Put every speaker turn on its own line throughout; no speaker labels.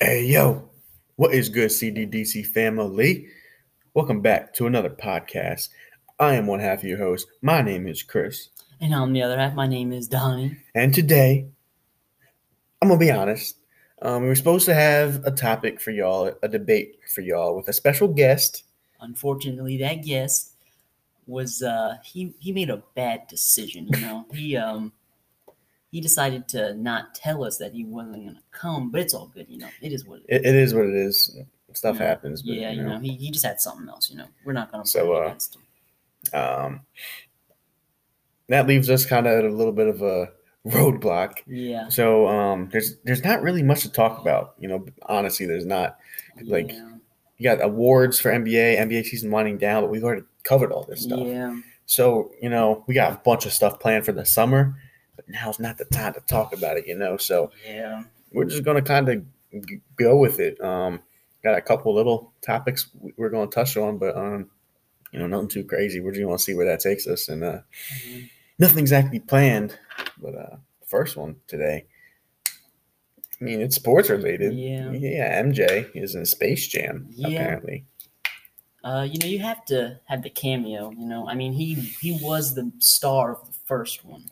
Hey yo, what is good, CDDC family? Welcome back to another podcast. I am one half of your host. My name is Chris,
And on the other half, my name is Donnie.
and today I'm gonna be honest. Um, we were supposed to have a topic for y'all, a debate for y'all with a special guest.
Unfortunately, that guest was uh he he made a bad decision, you know. he um he decided to not tell us that he wasn't gonna come, but it's all good, you know. It is what it is.
It, it is what it is. Stuff
Yeah.
happens. But,
yeah, you know, he, he just had something else, you know. We're not gonna
So,
play
uh,
against him.
Um, that leaves us kind of at a little bit of a roadblock.
Yeah.
So um, there's there's not really much to talk about. You know, honestly, there's not. like,
yeah,
you got awards for NBA, NBA season winding down, but we've already covered all this stuff.
yeah.
So, you know, we got a bunch of stuff planned for the summer, but now's not the time to talk about it, you know. So
Yeah.
we're just going to kind of g- go with it. Um, got a couple little topics we- we're going to touch on, but, um, you know, nothing too crazy. We're just going to see where that takes us. And uh,
Mhm.
nothing exactly planned, but uh, first one today. I mean, it's sports related.
Yeah.
Yeah, MJ is in Space Jam,
Yeah.
apparently.
Uh, you know, you have to have the cameo, you know. I mean he he was the star of the first one.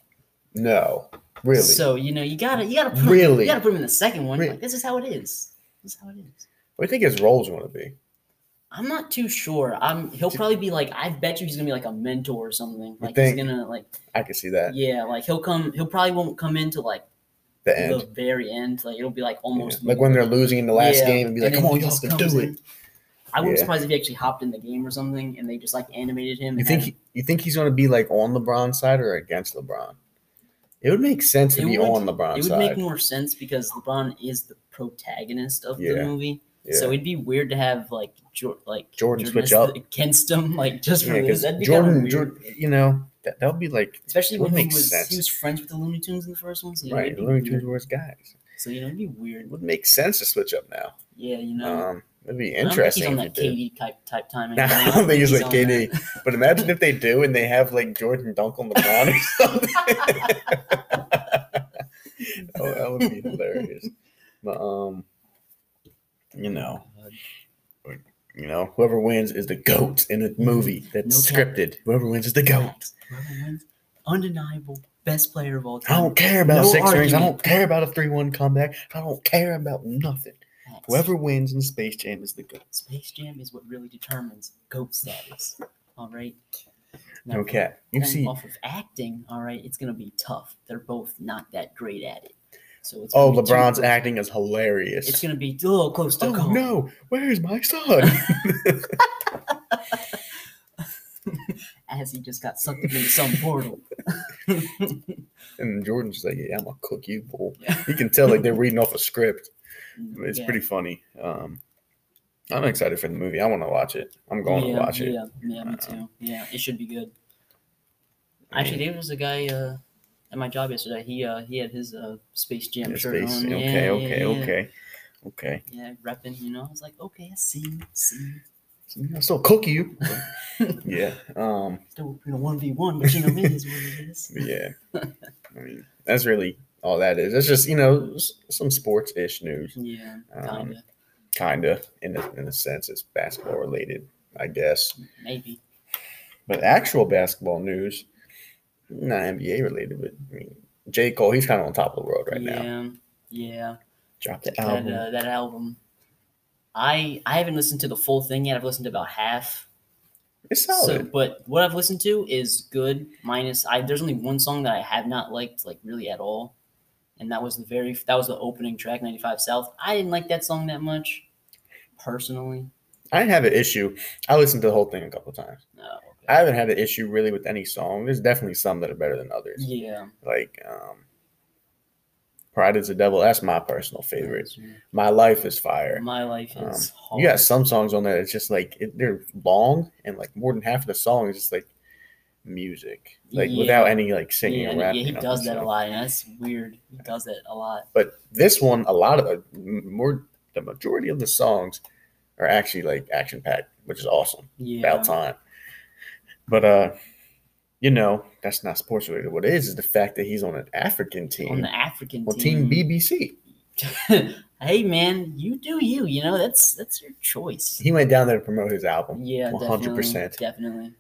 No, really.
So you know you gotta you gotta put him-
Really?
you gotta put him in the second one.
Really?
Like, this is how it is. This is how it is.
what do you think his role's going to be?
I'm not too sure. I'm he'll
Did-
probably be like I bet you he's gonna be like a mentor or something. Like
think?
he's gonna like
I can see that.
yeah like he'll come he'll probably won't come into like
The end,
the very end. Like it'll be like
Yeah.
almost
like when they're losing in the last
Yeah,
game, and be like,
and then
"Come on,
he
y'all
just
can
comes
do
in.
it."
I wouldn't be
Yeah.
surprised if he actually hopped in the game or something and they just like animated him.
You
and
think
had him-
he, you think he's going to be like on LeBron's side or against LeBron? It would make sense to
It
be
would-
on
it
LeBron's
would
side.
make more sense because LeBron is the protagonist of the
Yeah.
movie.
yeah.
So it'd be weird to have like Jor- like
Jordan switch
as
up.
the- against him, like just for
Yeah,
this.
'cause
That'd be Jordan,
Jordan,
weird.
Jordan, you know, that that would be like
especially
would
when he
make
was
sense.
he was friends with the Looney Tunes in the first one. So you know,
right.
it'd be
Looney Tunes
weird.
were his guys.
So you know, it'd be
It
weird.
would make sense to switch up now.
Yeah, you know.
Um, it'd be
I don't think
interesting.
He's on
if
that
they did.
KD type type timing.
No,
you know,
I don't think it's like
on
KD.
that.
But imagine if they do and they have like Jordan dunk on the ground or something. that, would, Oh, that would be hilarious. But um, you
uh,
know, you know, whoever wins is the goat in a movie that's
No cap.
scripted. Whoever wins is the goat.
Facts. Whoever wins, undeniable best player of all
I
time.
don't care about
No
six rings. I
argument.
don't care about a three-one comeback. I don't care about nothing.
Facts.
Whoever wins in Space Jam is the goat.
Space Jam is what really determines goat status. All right. Now,
No cap. You
going
see,
off of acting, all right, it's gonna be tough. They're both not that great at it. So it's
oh,
gonna be too
LeBron's
close-
acting is hilarious.
It's gonna be a little close to
oh
home.
no, where is my son?
as he just got sucked up into some portal.
And Jordan's just like, yeah, I'm gonna cook you, bull.
Yeah.
You can tell like they're reading off a script. It's
Yeah.
pretty funny. Um, I'm excited for the movie. I want to watch it. I'm going
yeah,
to watch it.
Yeah, yeah, me
Um,
too. Yeah, it should be good.
I mean,
Actually, there was a guy uh, at my job yesterday. He uh, he had his uh, Space Jam
it's
shirt
based-
on. Yeah,
okay,
yeah,
okay,
yeah.
okay, okay.
Yeah, repping. You know, I was like, okay, I see, see.
So, you know, I'll still cook you. yeah. Um.
Still in a one v one, but you know, it is what it is.
Yeah. I mean, that's really all that is. It's just you know s- some sports ish news,
Yeah,
Um,
kinda,
kinda in a, in a sense it's basketball related, I guess.
maybe.
But actual basketball news, not NBA related, but I mean, J. Cole, he's kind of on top of the world right
yeah,
now.
yeah.
Dropped the
That
album.
uh, that album. I I haven't listened to the full thing yet. I've listened to about half.
it's
So,
solid.
but what I've listened to is good. Minus, I there's only one song that I have not liked like really at all, and that was the very that was the opening track, ninety five South. I didn't like that song that much, personally.
I didn't have an issue. I listened to the whole thing a couple times.
No.
I haven't had an issue really with any song. There's definitely some that are better than others.
Yeah.
Like um, Pride is the Devil. That's my personal favorite.
that's me.
My Life is Fire.
My life
Um,
is hard.
You got some songs on there. It's just like it, they're long and like more than half of the song is just like music, like
Yeah.
without any like singing
yeah,
or
and- yeah,
rapping.
he
on
does
it,
that
so.
a lot, and that's weird. He does that a lot.
But this one, a lot of the- m- more, the majority of the songs are actually like action packed, which is awesome.
Yeah.
About time. But uh, you know, that's not sports related. What it is is the fact that he's on an African team,
On the African
well, team
team.
BBC.
hey man, you do you. You know that's that's your choice.
He went down there to promote his album.
Yeah,
100%.
definitely, definitely.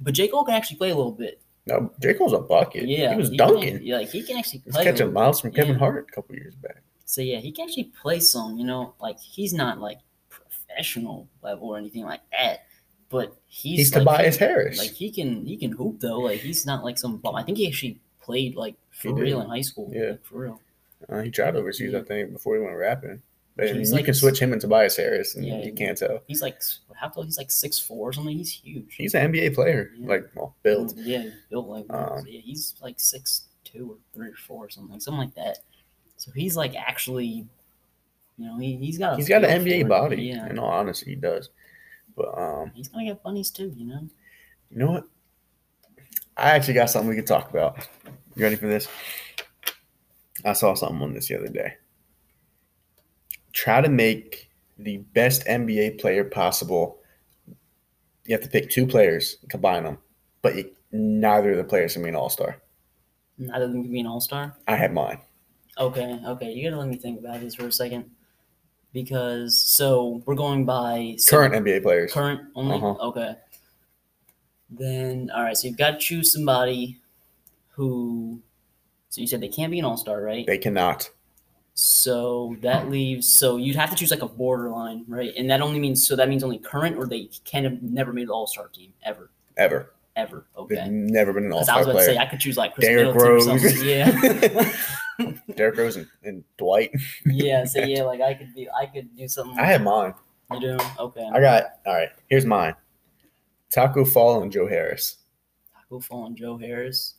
But J Cole can actually play a little bit.
No, J. Cole's a bucket.
Yeah,
He was
can-
dunking. He
yeah, like he can actually
was
play. a
catching
little
miles from Kevin
yeah.
Hart a couple years back.
So yeah, he can actually play some, you know, like he's not like professional level or anything like that, but he's,
He's,
like,
Tobias Harris.
Like he can he can hoop though. Like he's not like some bum. I think he actually played like
He
for real
did.
in high school.
Yeah.
like, for real.
Uh, he tried overseas, I think, before he went rapping. But I mean,
He's
you
like-
can switch him and Tobias Harris, and
Yeah,
you
he-
can't tell.
He's like s- how tall? He's like six four or something. He's huge.
He's an NBA player,
Yeah.
like well, built.
Yeah, he's built like that.
Um,
So, yeah, he's like six two or three or four or something, something like that. So he's like actually, you know, he, he's got a
He's got
feel
an
for
NBA
it.
body.
Yeah,
In all honesty, he does. But um,
he's gonna get bunnies too. You know.
you know what? I actually got something we could talk about. You ready for this? I saw something on this the other day. Try to make the best NBA player possible. You have to pick two players, combine them, but you, neither of the players can be an all star.
Neither of them can be an all star.
I had mine.
Okay, okay, you gotta let me think about this for a second, because so we're going by so
Current NBA players.
current only.
Uh-huh.
Okay. Then all right, so you've got to choose somebody who. So you said they can't be an all star, right?
They cannot.
So that leaves. So you'd have to choose like a borderline, right? And that only means so that means only current, or they can have never made the All Star team ever,
Ever.
ever.
They've
Okay.
never been an all
Because I was
star
about
player.
to say I could choose like Chris
Derrick
Middleton or
Rose.
something. Yeah.
Derrick Rose and, and Dwight.
yeah. So yeah, like I could be, I could do something.
I had mine.
you do okay.
I got all right. Here's mine. Taco Fall and Joe Harris.
Taco Fall and Joe Harris.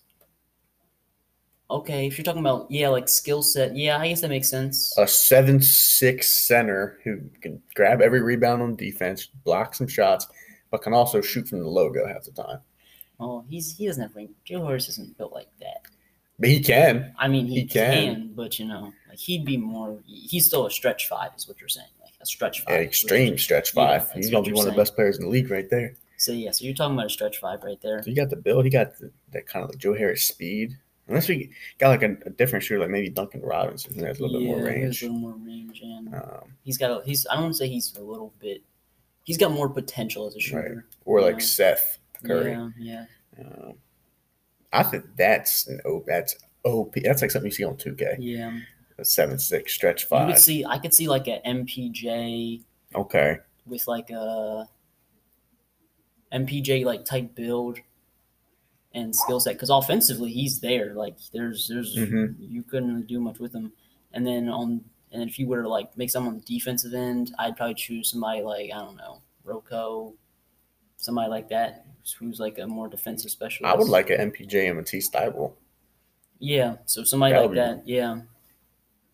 Okay, if you're talking about yeah, like skill set, yeah, I guess that makes sense.
A seven six center who can grab every rebound on defense, block some shots, but can also shoot from the logo half the time.
oh, he's he doesn't have ring. Joe Harris isn't built like that.
But he can.
I mean, he,
He
can.
can.
but you know, like he'd be more. He's still a stretch five, is what you're saying, like a stretch
An
five.
extreme stretch
Yeah,
five.
that's
He's gonna
what
be
you're
one of the
saying.
best players in the league right there.
So yeah, so you're talking about a stretch five right there.
So you got the build. He got the, that kind of like Joe Harris speed. Unless we got like a, a different shooter, like maybe Duncan Robinson, who has a little
yeah,
bit more
he has
range.
a little more range, and
Um,
he's got. A, he's. I don't want to say he's a little bit. He's got more potential as a shooter.
or like
Yeah.
Seth Curry.
Yeah, yeah.
Um, I think that's an o- that's OP. That's like something you see on 2K.
yeah.
A seven six stretch
You could
five.
see. I could see like a MPJ
Okay.
with like a MPJ like type build and skill set because offensively he's there. Like there's there's
Mhm.
you couldn't really do much with him. And then on and if you were to like make someone on the defensive end, I'd probably choose somebody like I don't know Rocco, somebody like that who's like a more defensive specialist.
I would like an MPJ and Matisse Thybulle.
yeah. So somebody
That
like
would be-
that yeah.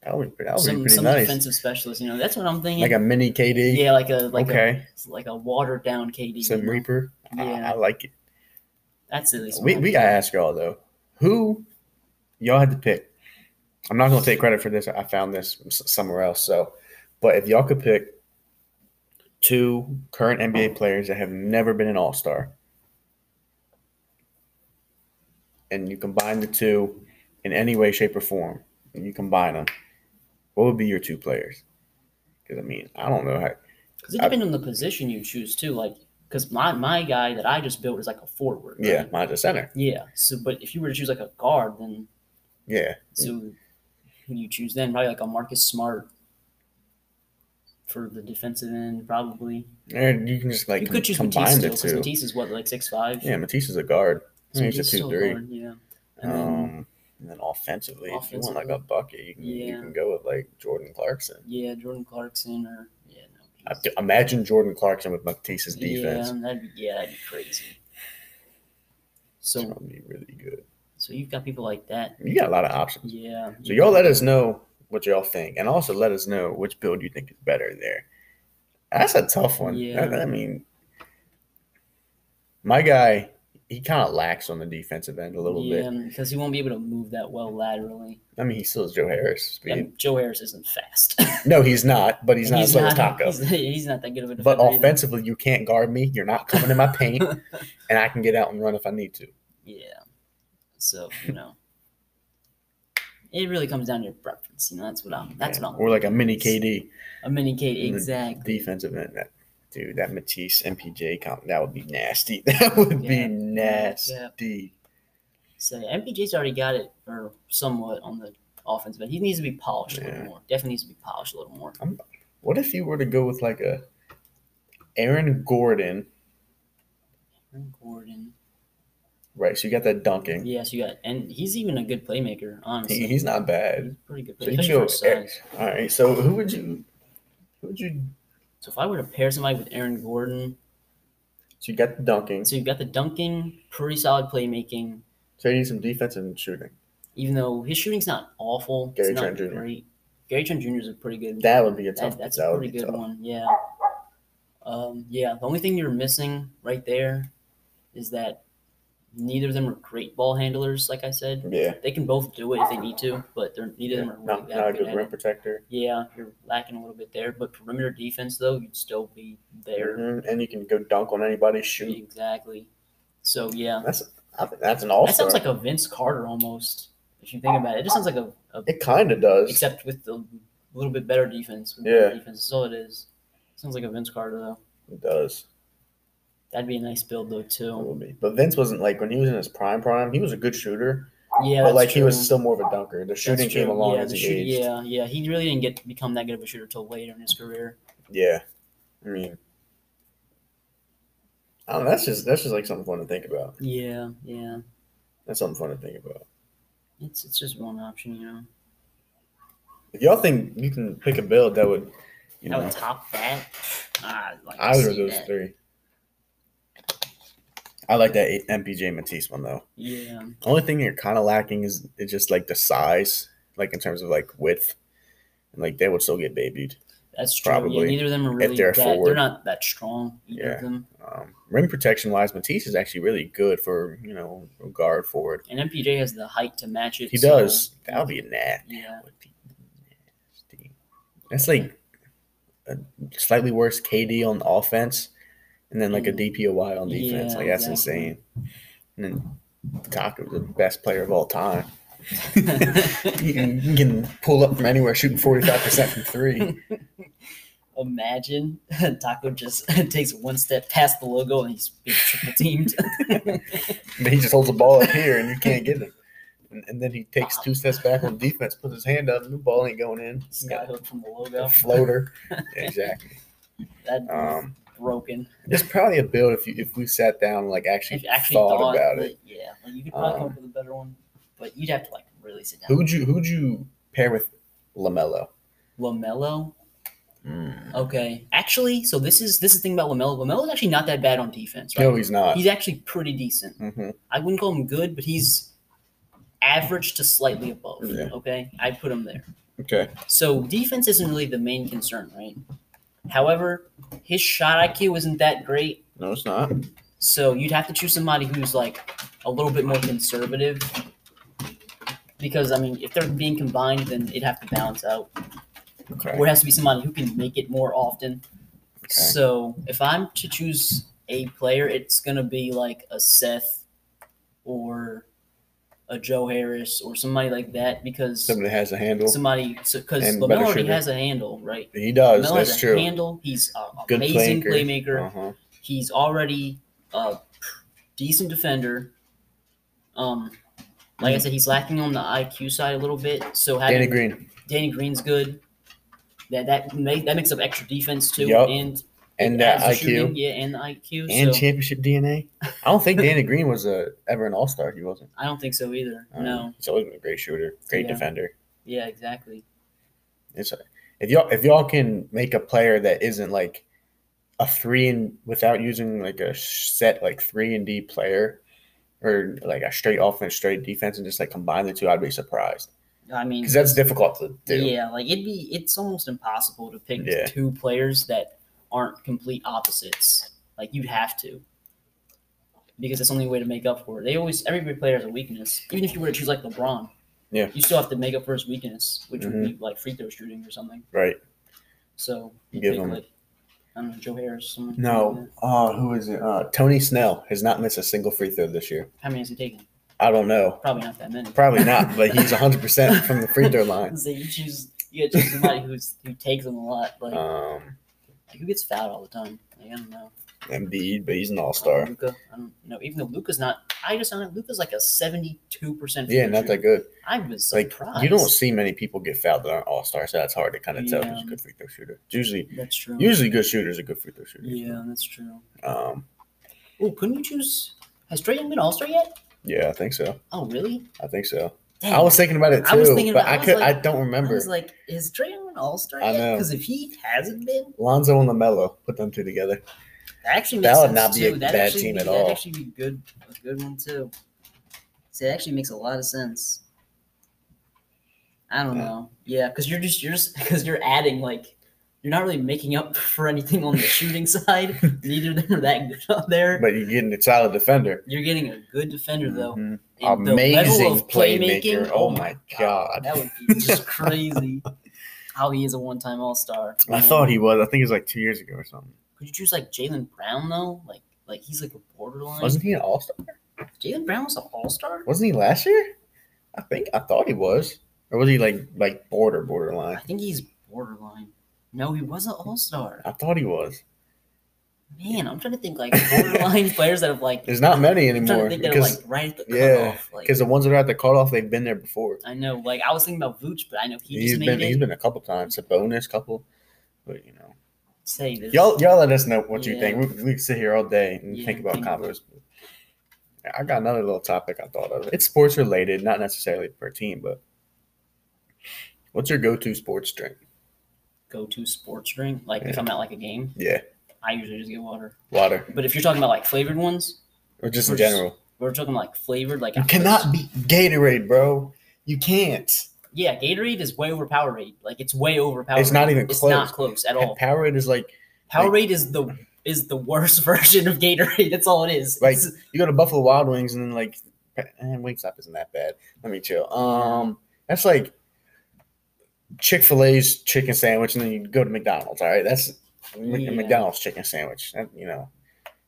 That would be pretty, that would be
Some
pretty
some
nice.
defensive specialist you know that's what I'm thinking.
Like a mini KD.
yeah, like a like a
okay.
like a watered down KD.
Some
you know?
Reaper. I-
Yeah.
I, like it.
That's at least
We,
one.
we gotta ask y'all though, who y'all had to pick? I'm not gonna take credit for this. I found this s- somewhere else. So, but if y'all could pick two current NBA players that have never been an All Star, and you combine the two in any way, shape, or form, and you combine them, what would be your two players? Because I mean, I don't know how.
Because it
I-
depends on the position you choose too. Like, because my my guy that I just built is like a forward. right?
Yeah, mine's a center.
Yeah. So, but if you were to choose like a guard, then
Yeah,
so who do you choose then? Probably like a Marcus Smart for the defensive end, probably.
and you can just like
you
com-
could choose Matisse
combine
still
the
because
two.
Matisse is what like six five.
Yeah, Matisse is a guard.
so
he's a
Matisse's still
two three.
guard, Yeah. And then,
Um, and then offensively, if you want like
Offensively.
a bucket, you can, you
Yeah.
can go with like Jordan Clarkson.
yeah, Jordan Clarkson or yeah, no.
I,
he's-
d- imagine Jordan Clarkson with Matisse's defense.
yeah, that'd be, yeah, that'd be crazy.
It's
So,
gonna be really good.
so you've got people like that.
You got a lot of options.
Yeah.
So y'all let us know what y'all think, and also let us know which build you think is better. There, that's a tough one.
Yeah.
I, I mean, my guy, he kind of lacks on the defensive end a little
yeah,
bit.
because he won't be able to move that well laterally.
I mean, he still has Joe Harris speed.
And Joe Harris isn't fast.
No, he's not, but he's not as slow as Taco.
He's, he's not that good of a defender.
But
either.
offensively, you can't guard me. You're not coming in my paint, and I can get out and run if I need to.
Yeah. So you know, It really comes down to your preference. You know, that's what I'm. That's
Yeah.
what I'm.
Or like a mini KD
A mini K,
Mm,
exactly.
defensive end. That dude, that Matisse MPJ comp, that would be nasty. That would be
Yeah.
nasty.
So yeah, MPJ's already got it, or somewhat on the offense, but he needs to be polished a
Yeah.
little more. Definitely needs to be polished a little more.
What if you were to go with like a Aaron Gordon,
Aaron Gordon.
right? So you got that dunking.
Yes, you got, and he's even a good playmaker. Honestly,
He, he's not bad.
He's pretty good.
So you can
especially for
go.
his
Aar-
size.
All right. So who would you? Who would you?
So if I were to pair somebody with Aaron Gordon,
So you got the dunking.
so you've got the dunking, pretty solid playmaking.
So you need some defense and shooting.
Even though his shooting's not awful,
Gary
it's not
Trent Jr..
great. Gary Trent Jr. is a pretty good.
That would be a tough.
That, that's
that
a
would
pretty
be
good
tough.
one. Yeah. Um, yeah. The only thing you're missing right there is that neither of them are great ball handlers. Like I said,
Yeah.
they can both do it if they need to, but they're neither of them are really
Not,
that
not a
good
good
at
rim
it.
protector.
Yeah, you're lacking a little bit there. But perimeter defense, though, you'd still be there.
Mhm, And you can go dunk on anybody, shoot.
Exactly. So yeah,
That's I think that's an all
that sounds like a Vince Carter almost. If you think about it, it just sounds like a, a
it kind of does.
except with a little bit better defense. With better
Yeah.
defense is all it is. Sounds like a Vince Carter though.
it does.
That'd be a nice build though
It
too.
would be. But Vince wasn't like when he was in his prime prime. He was a good shooter,
Yeah,
but
that's
like he was
true.
still more of a dunker. The
That's
shooting came
true.
along
yeah,
as
the
he
shoot-
aged.
Yeah, yeah, he really didn't get become that good of a shooter till later in his career.
Yeah. I mean, I don't know. That's just that's just like something fun to think about.
Yeah, yeah,
That's something fun to think about.
it's it's just one option, you know.
If y'all think you can pick a build that would, you
I
know,
would top that. Ah, I'd like to
either
see
of those
that.
three. I like that eight- MPJ Matisse one though.
Yeah,
Only thing you're kind of lacking is it's just like the size, like in terms of like width, and like they would still get babied.
that's true.
Probably,
yeah, neither of them are really
they're a
that.
forward.
They're not that strong. Either
Yeah.
of them.
Um, rim protection wise, Matisse is actually really good for you know a guard forward.
And MPJ has the height to match it.
He
so-
does. That would be a nat.
Yeah.
That would be nasty. That's like a slightly worse KD on offense, and then like a DPOY on defense.
Yeah,
like that's
exactly.
insane. And then Taco's the best player of all time. You can, you can pull up from anywhere, shooting forty five percent from three.
Imagine Taco just takes one step past the logo and he's being triple teamed.
But he just holds the ball up here and you can't get him. And, and then he takes two steps back on defense, puts his hand up, and the ball ain't going in. He's got
Skyhook from the
a
logo.
floater. exactly.
That'd be
Um,
broken.
it's probably a build if you if we sat down and like
If
actually,
you actually
thought,
thought,
about
but
it.
yeah, like you could probably come
Um,
up with a better one, but you'd have to like really sit down.
Who'd you who'd you pair with Lamelo?
Lamelo. Hmm. Okay, actually, so this is this is the thing about Lamelo. Lamelo's actually not that bad on defense, right?
No, he's not.
He's actually pretty decent.
Mhm.
I wouldn't call him good, but he's average to slightly above.
Yeah.
Okay, I'd put him there.
Okay.
So defense isn't really the main concern, right? However, his shot IQ isn't that great,
No, it's not.
so you'd have to choose somebody who's like a little bit more conservative. Because I mean, if they're being combined, then it'd have to balance out.
Okay.
Or it has to be somebody who can make it more often. So if I'm to choose a player, it's gonna be like a Seth or a Joe Harris or somebody like that because
Somebody that has a handle.
somebody because
And
Lamelo
better
already
shooter.
has a handle, right?
he does.
Melo
Oh, That's
has a
true.
handle. He's an
Good
amazing
playmaker.
playmaker.
Uh-huh.
He's already a decent defender. Um, like I said, he's lacking on the IQ side a little bit. So having
Danny
Danny,
Green
Green's good. That that make, that makes up extra defense too,
Yup.
and
and
it
that
adds to
IQ.
shooting, yeah, and the IQ.
and
so
championship DNA. I don't think Danny Green was a, ever an All Star. He wasn't.
I don't think so either.
Um,
no,
he's always been a great shooter, great
Yeah.
defender.
yeah, exactly.
It's if y'all if y'all can make a player that isn't like a three and without using like a set like three and D player or like a straight offense, straight defense, and just like combine the two, I'd be surprised
I mean,
because that's difficult to do.
Yeah, like it'd be it's almost impossible to pick
Yeah.
two players that aren't complete opposites. Like you'd have to. Because that's the only way to make up for it. They always every player has a weakness. Even if you were to choose like LeBron,
Yeah. Mm-hmm.
you still have to make up for his weakness, which would be like free throw shooting or something.
Right?
So you
Give
pick
him-
like I don't know, Joe Harris. Someone
No. Uh, who is it? Uh, Tony Snell has not missed a single free throw this year.
How many has he taken?
I don't know.
Probably not that many.
Probably not, but he's 100% from the free throw line.
so you choose you gotta choose somebody who's who takes them a lot. Like
Um,
who gets fouled all the time? Like, I don't know.
Embiid, but he's an all star.
Luca. I don't know. um, Even though Luca's not, I just found out Luca's like a seventy-two percent.
Yeah, not that good.
I was
Like
surprised.
you don't see many people get fouled that aren't all star, so that's hard to kind of tell who's
Yeah.
a good free throw shooter. It's usually,
That's true.
usually good shooters are good free throw shooters.
Yeah, that's true.
Um,
Oh, couldn't you choose? Has Trae Young been All Star yet?
yeah, I think so.
Oh, really?
I think so.
Dang.
I was thinking about it too,
I was thinking
but
about- I
I
was
could.
like-
I don't
I
remember.
was like, is Trae Young an All Star
I
yet?
know.
Because if he hasn't been,
Lonzo and Lamelo put them two together.
that actually
That
makes
would
sense
not be a
too. That'd
bad
actually
team
be,
at
That'd
all.
actually be good, a good one too. So it actually makes a lot of sense. I don't
Yeah.
know. Yeah, because you're just you're just because you're adding like you're not really making up for anything on the shooting side. Neither of them are that good out there.
But you're getting a solid defender.
you're getting a good defender though.
Mhm.
and the level
Amazing
of
playmaker.
playmaking,
Oh my God.
that would be just crazy. How he is a one-time All-Star.
I thought he was. I think it was like two years ago or something.
Could you choose like Jalen Brown though? Like, like he's like a borderline.
Wasn't he an all star?
Jalen Brown was an All-Star?
Wasn't he last year? I think I thought he was. Or was he like like border borderline?
I think he's borderline. No, he was an All-Star.
I thought he was.
Man, I'm trying to think like borderline players that have like.
There's not many
I'm trying
anymore
to think that
because
are like right at the
yeah,
cutoff. like,
because the ones that are at the cutoff they've been there before.
I know, like I was thinking about Vooch, but I know he
He's
just made
been
it.
he's been a couple times, a bonus couple, but you know.
Say this.
Y'all, y'all let us know what you
Yeah.
think. We, we could sit here all day and
Yeah,
think about
think about
combos. I got another little topic I thought of. It's sports related, not necessarily per team, but what's your go-to sports drink?
go-to sports drink. Like if
Yeah.
I'm at like a game,
Yeah,
I usually just get water.
water
But if you're talking about like flavored ones,
or just
Or
in
just-
general.
we're talking like flavored. Like
You cannot beat Gatorade, bro. You can't.
Yeah, Gatorade is way over Powerade. Like it's way over Powerade.
It's not even
It's
close.
not close at all.
Powerade is like
Powerade is the is the worst version of Gatorade. That's all it is.
Like-
It's-
you go to Buffalo Wild Wings and then like and Wingstop isn't that bad. Let me chill. Um, that's like Chick Fil A's chicken sandwich, and then you go to McDonald's. All right, that's Mc-
Yeah.
McDonald's chicken sandwich. That, you know,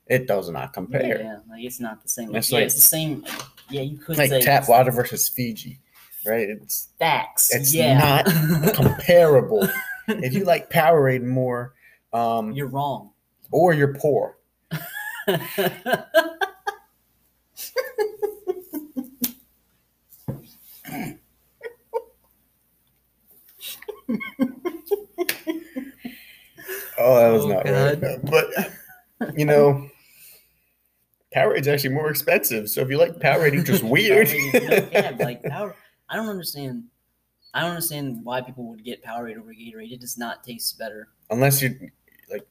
it does not compare.
yeah, like it's not the same.
That's
yeah,
like-
it's the same. Yeah, you could
Like
say
tap
it's
water versus Fiji, right? It's
Facts.
It's
yeah.
comparable. if you like Powerade more, um,
You're wrong.
or you're poor. Oh, that was
Oh,
not
God.
right. But you know, Powerade's actually more expensive. So if you like Powerade, you're just weird.
Powerade is no cap. like Power, I don't understand. I don't understand why people would get Powerade over Gatorade. It does not taste better.
Unless you're like,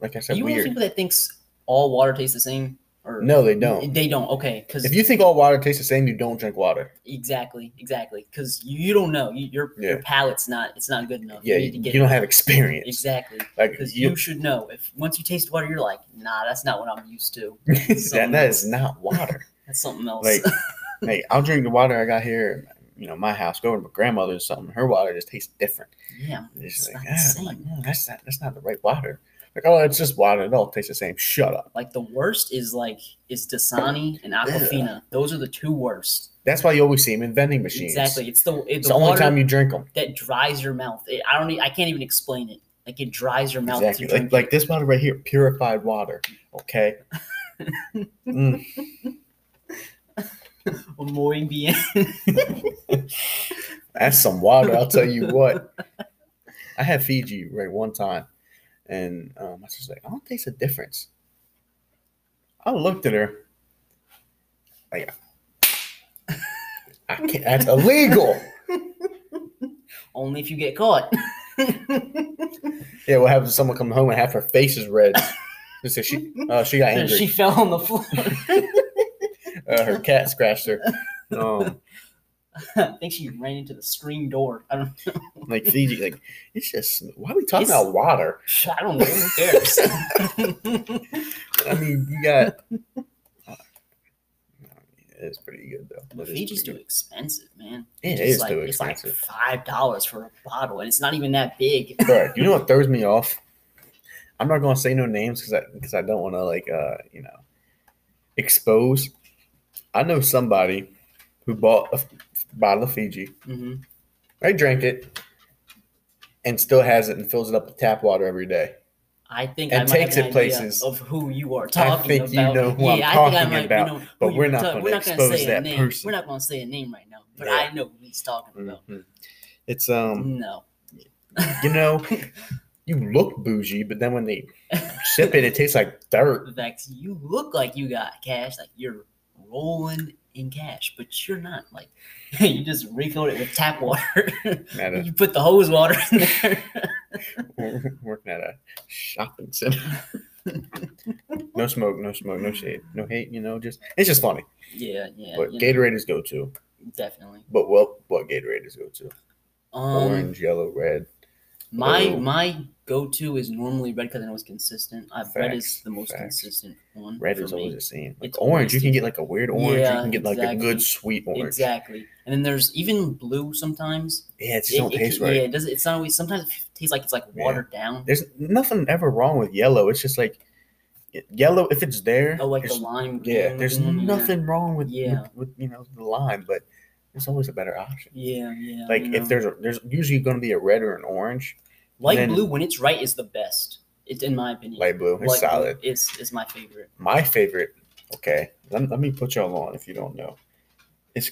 like I
Are
said,
you one of those
weird.
people that thinks all water tastes the same? Or
No, they don't.
They don't. Okay, because
If you think all water tastes the same, you don't drink water.
exactly, exactly, because you, you don't know. You, your your
Yeah.
palate's not. It's not good enough.
Yeah,
you need to
you,
get
you don't have experience.
exactly
Like
because you,
you,
should know. If once you taste water, you're like, nah, that's not what I'm used to.
that, that is not water.
That's something else.
Like, like I'll drink the water I got here. You know, my house, go over to my grandmother's or something. Her water just tastes different.
yeah,
It's,
It's
just
not
like,
the
"Ah, I'm like,
same."
"No, that's not that's not the right water. Like, oh, it's just water. It all tastes the same. Shut up.
like the worst is like is Dasani and Aquafina. Those are the two worst.
That's why you always see them in vending machines.
Exactly. It's the it's
It's
the
the only
water
time you drink them.
that dries your mouth. It, I don't. e- I can't even explain it. Like it dries your mouth.
Exactly.
As you
Like,
drink
like this water right here, purified water. Okay. Mm.
a mooring being.
That's some water. I'll tell you what. I had Fiji right one time, and um, I was just like, I don't taste a difference. I looked at her, like, I can't. That's illegal.
Only if you get caught.
Yeah, what happens if someone come home and half her face is red? Just say she, uh, she got angry.
she fell on the floor.
uh, her cat scratched her. Um,
I think she ran into the screen door. I don't.
like Fiji, like it's just why are we talking
It's-
about water?
I don't know. Who cares?
I mean, you got. It's pretty good though.
But
It is
Fiji's too
pretty good.
expensive, man.
It
It's
is
like,
too
It's
expensive.
like five dollars for a bottle, and it's not even that big.
Bro, you know what throws me off? I'm not gonna say no names because I because I don't want to like uh you know expose. I know somebody who bought a f- bottle of Fiji.
hmm
I drank it and still has it and fills it up with tap water every day.
I think
And
I might
takes
have
it
an idea
places.
of who you are talking
think you
about.
know who I'm
yeah, I think I
talking
might
about,
know who
but
you're
we're not
talk-
gonna
we're not gonna
expose
say a
that
name.
person.
We're not going to say a name right now, but
Yeah.
I know who he's talking about.
Mhm. It's um,
No,
you know, you look bougie, but then when they sip it, it tastes like dirt.
Vex, you look like you got cash, like you're rolling in cash, but you're not. Like you just recoat it with tap water.
At a,
you put the hose water in there.
working at a shopping center. no smoke, no smoke, no shade, no hate. You know, just it's just funny.
yeah, yeah,
But
you know,
Gatorade is go to.
definitely.
But well, what Gatorade is go to?
Um,
Orange, yellow, red.
my
blue.
my go-to is normally red because I know it's consistent. I, red is
Facts,
the most
facts.
consistent one.
Red
for
is
me.
always the same. Like
It's
orange, you
always
can get like a weird orange.
Yeah,
you can get like a
exactly.
good sweet orange.
Exactly, and then there's even blue sometimes.
Yeah, it just don't
It- it
taste
can-
right.
Yeah, it doesn't. It's not always. Sometimes it tastes like it's like
Yeah.
watered down.
There's nothing ever wrong with yellow. It's just like yellow if it's there.
Oh, like the
it's-
lime.
yeah,
green
there's
one, yeah.
nothing wrong with,
Yeah.
with with you know the lime, but there's always a better option.
Yeah, yeah.
Like
I know.
if there's a, there's usually going to be a red or an orange,
light
then-
blue when it's right is the best. It's in my opinion.
light blue, it's
Light blue
solid.
is is my favorite.
My favorite. Okay, let, let me put y'all on if you don't know. It's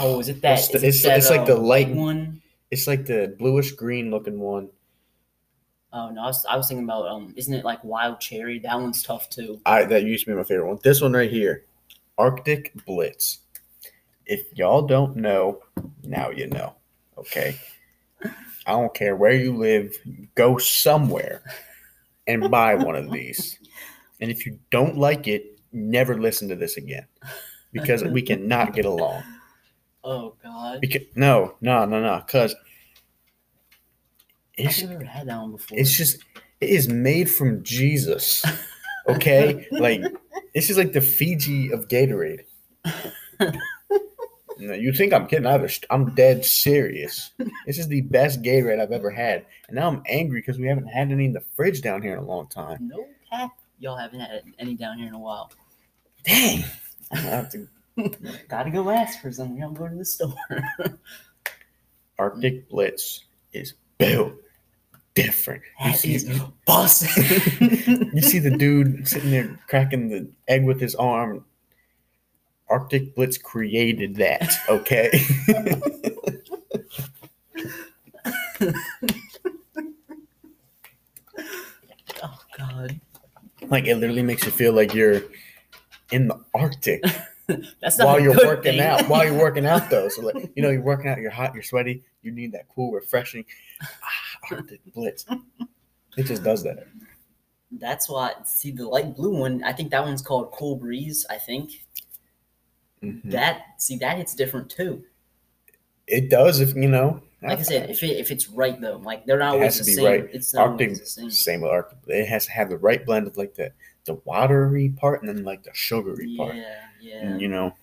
Oh, is it that?
It's the-
is it
it's- it's like the
um,
light-
one.
it's like the bluish green looking one.
Oh no, I was, I was thinking about um, isn't it like wild cherry? That one's tough too.
I that used to be my favorite one. This one right here, Arctic Blitz. If y'all don't know, now you know. Okay. I don't care where you live, go somewhere and buy one of these. And if you don't like it, never listen to this again because we cannot get along.
Oh god,
Because no, no, no, no, because
I
it's
think I've never had that one before.
it's just it is made from Jesus. Okay? like this is like the Fiji of Gatorade. no, you think I'm kidding? I was, I'm dead serious. This is the best Gatorade I've ever had, and now I'm angry because we haven't had any in the fridge down here in a long time.
no cap. Y'all haven't had any down here in a while.
Dang! I'm gonna have to-
Gotta go ask for something. I'm going to the store.
Arctic Blitz is built different. You
That
see,
is busting.
you see the dude sitting there cracking the egg with his arm. Arctic Blitz created that, okay?
oh god,
like it literally makes you feel like you're in the Arctic
that's not
while
a
you're
good
working
thing.
out. While you're working out, though, so like you know, you're working out, you're hot, you're sweaty, you need that cool, refreshing ah, Arctic Blitz. It just does that.
That's why. See the light blue one. I think that one's called Cool Breeze. I think
Mhm.
that. See that hits different too.
It does if you know.
Like I said, if it, if it's right though, like they're not
It
always
has
the
to be
same.
right.
It's not
Arctic
always the same.
same with Arctic. It has to have the right blend of like the the watery part and then like the sugary part.
Yeah, yeah.
And, you know,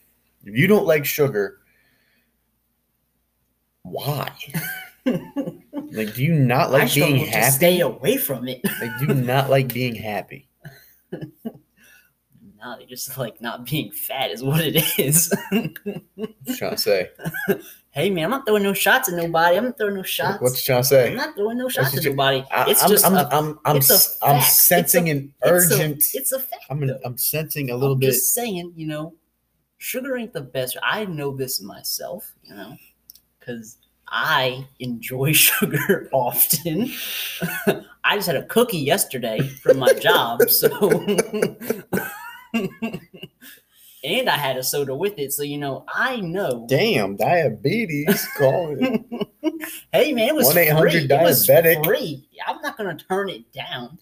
if you don't like sugar, why? like, do you not
I
like
struggle
being
to
happy?
stay away from it.
Like, do you not like being happy?
no, they just like not being fat is what it is.
What's trying to say?
hey man, I'm not throwing no shots at nobody. I'm not throwing no shots.
What's trying to
I'm
say?
not throwing no shots
just
at
your-
nobody.
I,
it's
I'm,
just
I'm,
a,
I'm, I'm,
it's a
s- I'm
fact. It's a-
sensing an urgent.
It's a, it's a fact.
I'm,
though.
an, I'm sensing a little
I'm
bit.
Just saying, you know, sugar ain't the best. I know this myself, you know, because I enjoy sugar often. I just had a cookie yesterday from my job, so. and I had a soda with it, so you know, I know.
Damn, diabetes calling.
Hey man, it was free.
1-800
It was
diabetic.
free. I'm not gonna turn it down.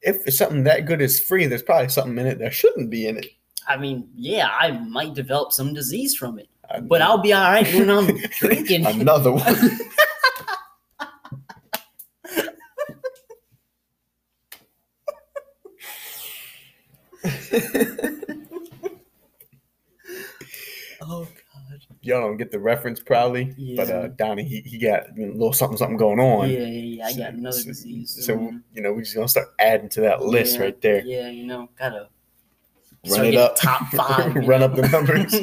if something that good is free, there's probably something in it that shouldn't be in it.
I mean, yeah, I might develop some disease from it,
I-
but I'll be all right when I'm drinking.
Another one.
Oh god.
Y'all don't get the reference probably, but
Yeah.
uh, Donnie he, he got you know, a little something something going on.
Yeah, yeah, yeah. I
So-
got another
so-
disease.
So
um,
you know we just gonna start adding to that list
yeah,
right there.
Yeah, you know, gotta
Run it
getting
up.
Top five. you
Run up
know?
the numbers.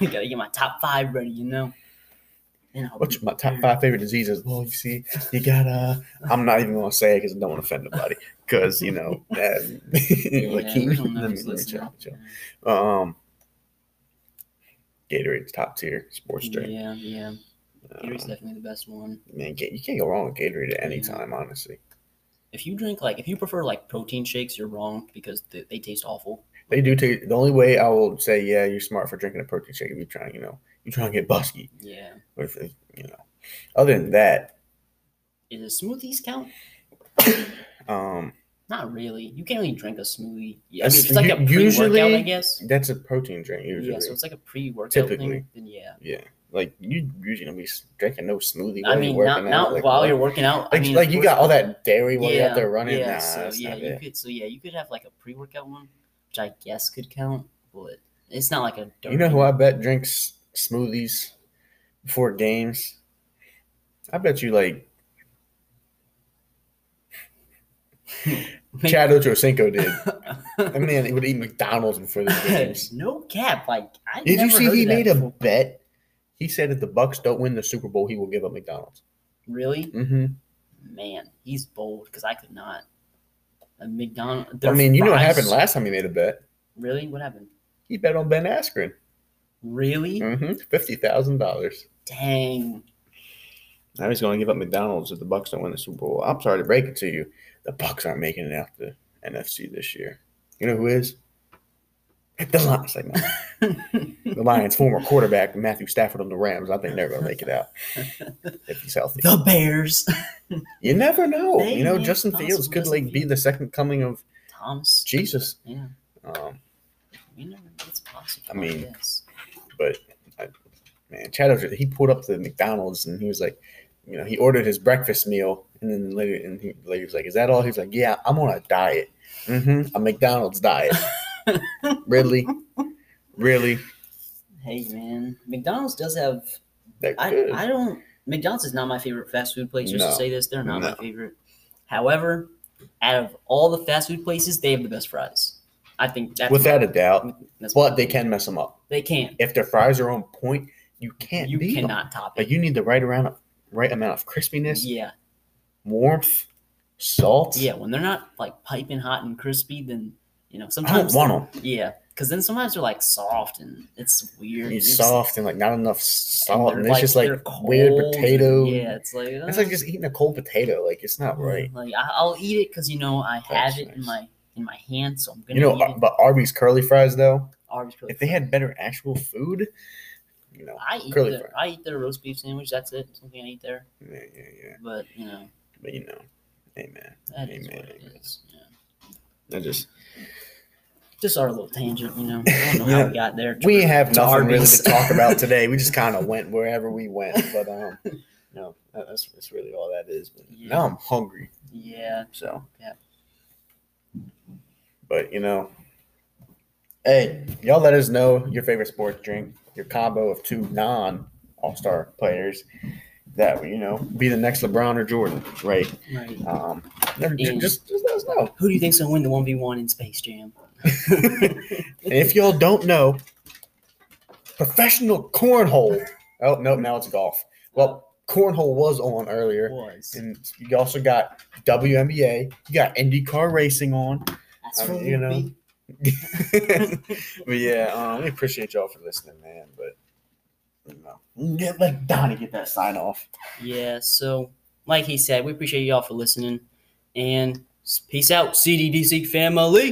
I gotta get my top five ready, you know. And I'll
What's
be
my top
prepared.
five favorite diseases? Well, you see, you gotta. I'm not even gonna say it because I don't want to offend nobody. Because you know, that, like,
Yeah, we don't know
let me-
who's
let me
listening.
chill, chill. um, Gatorade's top tier sports drink.
Yeah, yeah. Gator's
Um,
definitely the best one.
man, Ga- you can't go wrong with Gatorade at any
Yeah.
time, honestly.
If you drink like if you prefer like protein shakes, you're wrong because they, they taste awful.
They do take the only way I will say, yeah, you're smart for drinking a protein shake if you're trying, you know, you're trying to get busky
Yeah.
with, it, you know. Other than that,
Is a smoothies count?
um,
Not really. You can't really drink a smoothie. Yeah, I
A
mean,
s-
if it's like a
u-
pre-workout, I
usually-
guess.
that's a protein drink usually.
Yeah, so it's like a pre-workout
Typically.
thing. Then yeah.
Yeah, like you usually don't be s- drinking no smoothie.
I
while
mean,
you're
not
working
not
out, like,
while
what?
you're working out.
like,
I mean,
like
of
you
course,
got all
but-
that dairy while you're out there running.
Yeah,
nah,
so
that's
yeah,
not
you
it.
could so yeah, you could have like a pre-workout one, which I guess could count, but it's not like a
You know who
dirty-
I bet drinks smoothies before games? I bet you like
Make-
Chad Ochocinco did. That man he would eat McDonald's before the games.
no cap. Like I
Did
never
you see
heard
he
of that
made a
before.
bet? He said if the Bucks don't win the Super Bowl, he will give up McDonald's.
really
Mm-hmm.
man. He's bold because I could not. A McDonald.
I
their
mean, you know what
fries-
happened last time he made a bet?
Really, what happened?
He bet on Ben Askren.
Really?
Mm-hmm. Fifty thousand dollars.
Dang.
Now he's going to give up McDonald's if the Bucks don't win the Super Bowl. I'm sorry to break it to you, the Bucks aren't making it out the NFC this year. You know who is? The Lions. Like, no. the Lions' former quarterback Matthew Stafford on the Rams. I think they're going to make it out if he's healthy.
The Bears.
You never know.
They
you know,
may
Justin
possibly
Fields could
Justin
like be the second coming of
Thomas.
Jesus.
Yeah.
Um,
You know, it's possible.
I mean,
guess.
but I, man, Chad, Oger- he pulled up the McDonald's and he was like, you know, he ordered his breakfast meal and then later, and he later was like, "Is that all?" He was like, "Yeah, I'm on a diet. hmm a McDonald's diet." really, really,
hey man, McDonald's does have.
that
I,
good.
I don't. McDonald's is not my favorite fast food place. Just
No.
to say this, they're not my
No.
favorite. However, out of all the fast food places, they have the best fries. I think that's
without a doubt.
That's
But they can mess them up
They can.
if their fries are on point. You can't.
You
beat 'em.
cannot top it.
Like you need the right around, right amount of crispiness,
Yeah,
warmth, salt.
yeah. When they're not like piping hot and crispy, then you know
I don't
sometimes.
want them.
Yeah, because then sometimes they're like soft and it's weird.
It's
It's-
soft and like not enough salt,
they're,
and it's just
they're
like weird
cold and-
potato.
Yeah, it's like
It's
uh,
like just eating a cold potato. Like it's not right.
Like I, I'll eat it because you know I have
That's
it in
nice.
my in my hand, so I'm gonna
You know,
eat
Ar-
it.
but Arby's curly fries though,
Arby's curly
if they
fries.
had better actual food, you know,
I eat
curly
their,
fries.
I eat their roast beef sandwich. That's it. Something I eat there,
yeah, yeah, yeah.
but you know
But you know, amen.
that is
Amen,
what it
amen.
is. Yeah.
I just
Just our little tangent, you know. I don't know how
Yeah.
we got there.
we have
To
nothing really
Arby's.
to talk about today. We just kind of went wherever we went, but um, no, that- that's that's really all that is. But
Yeah.
now I'm hungry,
Yeah.
so
Yeah.
But you know, hey, y'all, let us know your favorite sports drink, your combo of two non All Star players that would, you know be the next LeBron or Jordan, right?
Right.
Um, never- ju-
And-
just just let us know.
Who do you think's gonna win the one v one in Space Jam?
And if y'all don't know, professional cornhole. Oh no, now it's golf. Well, cornhole was on earlier.
was.
And you also got WNBA. You got IndyCar racing on.
That's
I mean,
what
you
it
know.
be.
but yeah, um, we appreciate y'all for listening, man. But you know, get like Donnie get that sign off.
Yeah. So, like he said, we appreciate y'all for listening, and peace out, CDDC family.